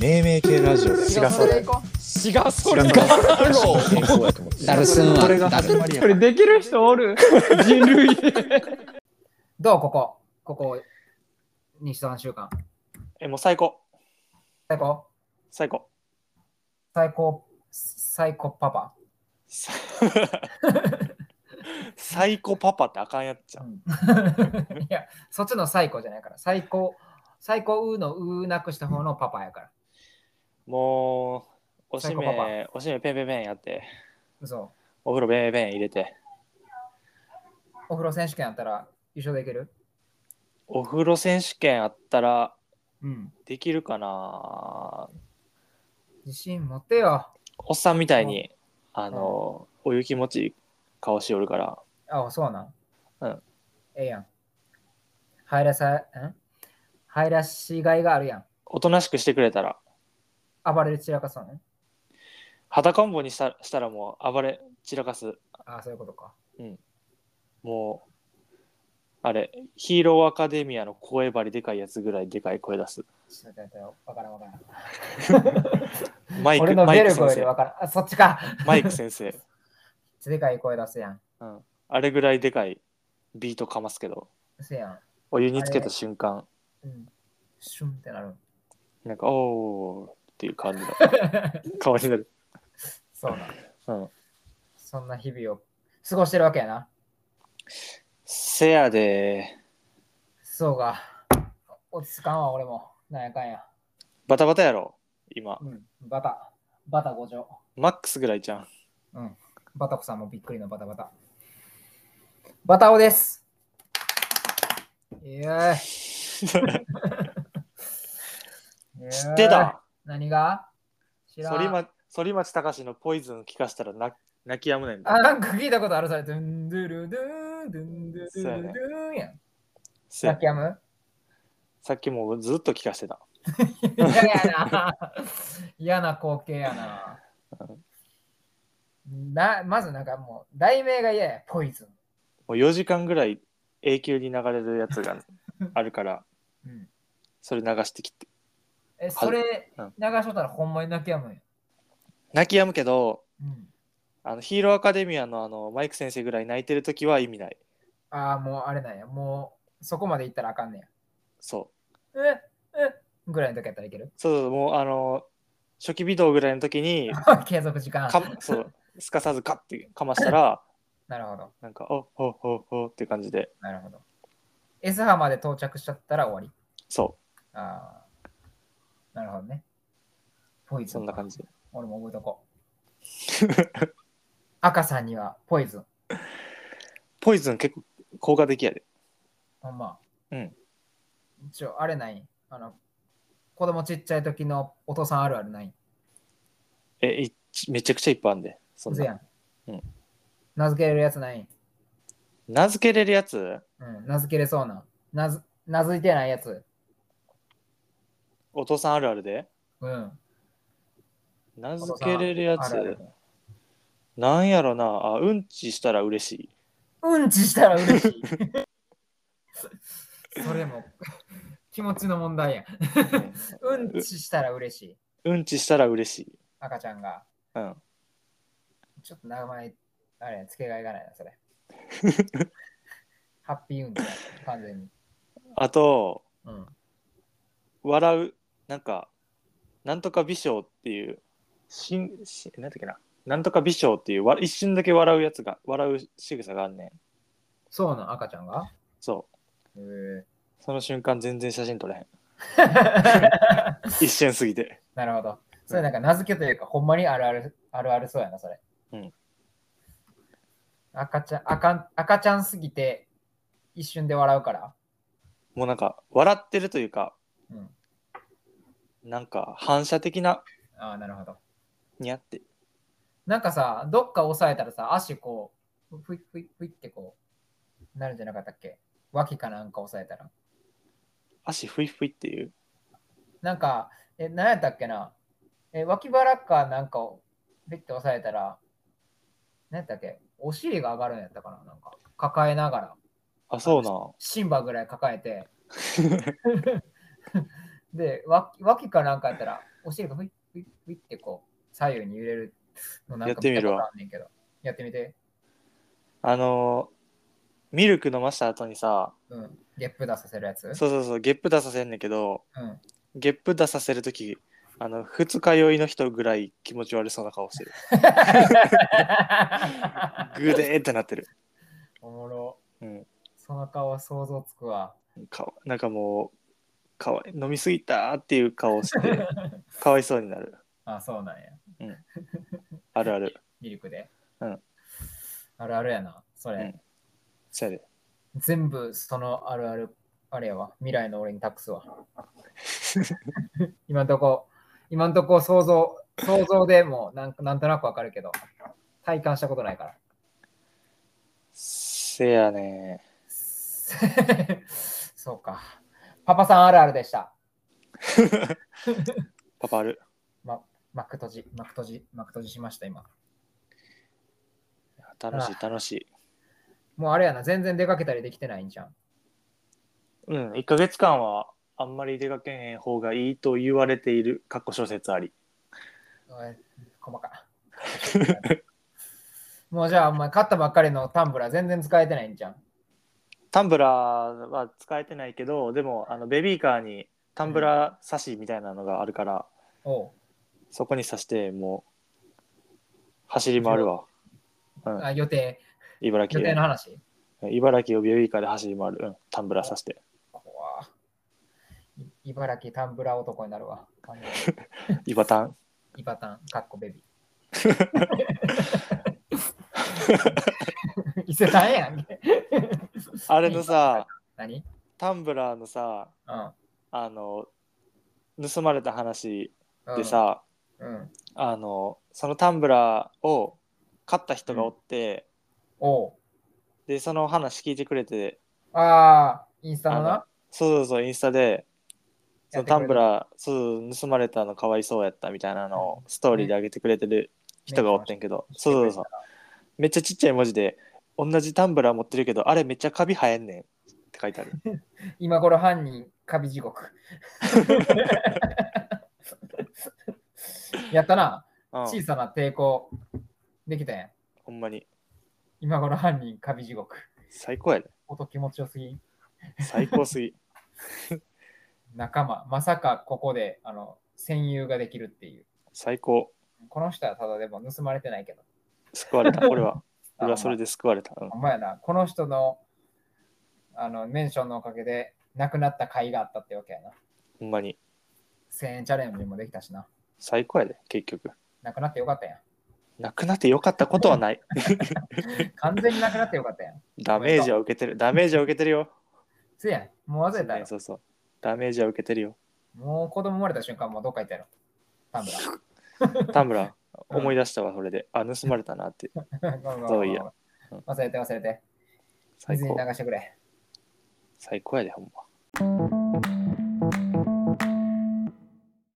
命名系ラジオだよ違うそれ行こ違うそれ違うガーロー健康やと思ってダルスンこれがはダ始ルまりやこれできる人お る人類うどうここここ2週3週間えもう最高最高最高最高最高パパ さサイコパパってあかんやっちゃういやそっちの最高じゃないから最高最高うのうなくした方のパパやからもうおしサイコパめおしめペンペンペンやって嘘お風呂ペンペンペン入れてお風呂選手権やったら優勝できるお風呂選手権あったらうんできるかな自信持てよおっさんみたいにあのお湯気持ちいい顔しよるからあそうなんうんええやん入らさん入らしがいがあるやんおとなしくしてくれたら暴れる散らかそうね裸んぼにしたしたらもう暴れ散らかすあそういうことかもうあれヒーローアカデミアの声張りでかいやつぐらいでかい声出すちょっと待ってわからんわからんマイ俺クのマイベクルゴよ先り生わからんあそっちかマイク先生、でかい声出すやん。うん、あれぐらいでかいビートかますけどせやお湯につけた瞬間ん。うん。シュンってなる。なんかおーっていう感じの 顔になる、そうな。うん、そんな日々を過ごしてるわけやな。せやでそうか。落ち着かんわ、俺も。なんやかんや。バタバタやろ今うん。バタ。バタ五条。マックスぐらいじゃんうん。バタコさんもびっくりのバタバタ。バタオです。い やー知っいやーてた何が知ら反ん。町反町隆史のポイズン聞かしたら泣泣き止むねんあ、なんか聞いたことあるそれ。ドゥンドゥルドゥン、ドゥンドゥルドゥンドゥンやん。せさやっきや むさっきもうずっと聞かしてた嫌やな。嫌な光景やな。なまずなんかもう題名が嫌や、ポイズもう4時間ぐらい永久に流れるや つがあるから、ン。うん、それ流してきて。え、それうん流しとったらほんまに泣きやむんや。泣き止むけど、うん、あのヒーローアカデミアのあのマイク先生ぐらい泣いてるときは意味ない。ああ、もうあれなんや。もうそこまで行ったらあかんねそう。や。ええぐらいの時やったらいける そうそう、もうあの、初期微動ぐらいの時に、継続時間。かそう、すかさずカッてかましたら、 なるほど。なんか、おほほほって感じで、なるほど。S 波まで到着しちゃったら終わり。そああ。なるほどね。ポイう、ズそンんなか。感じ。俺も覚えとこう。 赤さんにはポイズン。ポイズン結構効果的やで。ほんま。うん。一応、あれないあの、子供ちっちゃい時のお父さんあるあるないえ、いめちゃくちゃいっぱいあんで。そんうやな。ん。うん名付けれるやつない名付けれるやつうん。名付けれそうな。なず、名付いてないやつ。お父さんあるあるでうん。名付けれるやあつるあるなんやろなあ、うんちしたら嬉しい。うんちしたら嬉しい。 それも気持ちの問題やん。うんちしたら嬉しい。うんちしたら嬉しい。赤ちゃんが。うん。ちょっと名前、あれ、付けがいがないな、そ れ。ハッピー運動、完全に。あと、うん。笑う、なんか、なんとか美少っていう、しん、しなんだっけな、なんとか美少っていう、わ一瞬だけ笑うやつが、笑う仕草があんねん。そうなん、赤ちゃんがそへえう。その瞬間全然写真撮れへん。一瞬過ぎて。なるほど。それなんか名付けというか、ほんまにあるある、あるあるそうやな、それ。うん。赤ちゃん、赤ん赤ちゃんすぎて、一瞬で笑うから。もうなんか、笑ってるというか、うん。なんか反射的な、ああ、なるほど。にゃって。なんかさ、どっか押さえたらさ、足こう、ふいふいふいってこう、なるんじゃなかったっけ脇かなんか押さえたら。足ふいふいっていう。なんか、え、何やったっけなえ、脇腹かなんかをビッて押さえたら、何やったっけお尻が上がるんやったかななんか、抱えながら、あ、そうな。シンバぐらい抱えて、で、脇脇かなんかやったら、お尻がふいふいふいってこう、左右に揺れるのなんかやってみるわ見たことあんねんけど。やってみて。あのーミルク飲ました後にさうん。ゲップ出させるやつ。そうそうそうゲップ出させんねんけど うん。ゲップ出させる時あの二日酔いの人ぐらい気持ち悪そうな顔してるグデーってなってる、おもろ。うん、その顔は想像つくわ。かなんかもうかわい飲みすぎたっていう顔してかわいそうになるあ、そうなんや。あるあるミルクで。うん。あるあるやな。それ。うんそやで全部そのあるあるあれやわ未来の俺に託すわ 今んとこ今んとこ想像想像でもうなんなんとなくわかるけど体感したことないから せやねそうかパパさんあるあるでしたパパある幕閉じ幕閉じ幕閉じしました今楽しい楽しいもうあれやな全然出かけたりできてないんじゃんうん1ヶ月間はあんまり出かけへん方がいいと言われているかっこ小説ありおい細かもうじゃあお前買ったばっかりのタンブラー全然使えてないんじゃんタンブラーは使えてないけどでもあのベビーカーにタンブラー差しみたいなのがあるから、おうそこに差してもう走り回るわあ予定茨予城定の話茨城をベビーカーで走り回る、うん、タンブラー差して怖い茨城タンブラー男になるわ。イバタンイバタン、かっこベビー。伊勢丹やんけ。あれのさ何タンブラーのさうんあの盗まれた話うん。でさ、うん。あのそのタンブラーを買った人がおって、おう。でその話聞いてくれてああ、インスタのあのな。そうそうそうインスタでそやってくれたのタンブラーそう盗まれたのかわいそうやったみたいなのをストーリーで上げてくれてる人がおってんけど、ねそうそうそうめっちゃちっちゃい文字で同じタンブラー持ってるけどあれめっちゃカビ生えんねんって書いてある今頃犯人、カビ地獄。 やったな。うん小さな抵抗。できたやん。ほんまに今頃犯人、カビ地獄。最高やで音気持ちよすぎ。最高すぎ 仲間、まさかここで、あの、戦友ができるっていう。最高この人はただでも盗まれてないけど。救われた俺はあ俺はそれで救われた、うんほんまやな。この人の、あの、メンションのおかげで、亡くなった甲斐があったってわけやな。ほんまに1000円チャレンジもできたしな。最高やで結局亡くなってよかったやなくなってよかったことはないん。完全に亡くなってよかったやん。ダメージは受けてるダメージは受けてるよせやん。もう忘れたねよ。そうそうダメージは受けてるよもう子供生まれた瞬間、もうどっか行ったやろ。タンブ タンブラーうん思い出したわそれであ盗まれたなってラー ごめんごめんごめん。そういやうん忘れて忘れて。最水に高流してくれ。最高やでほんまは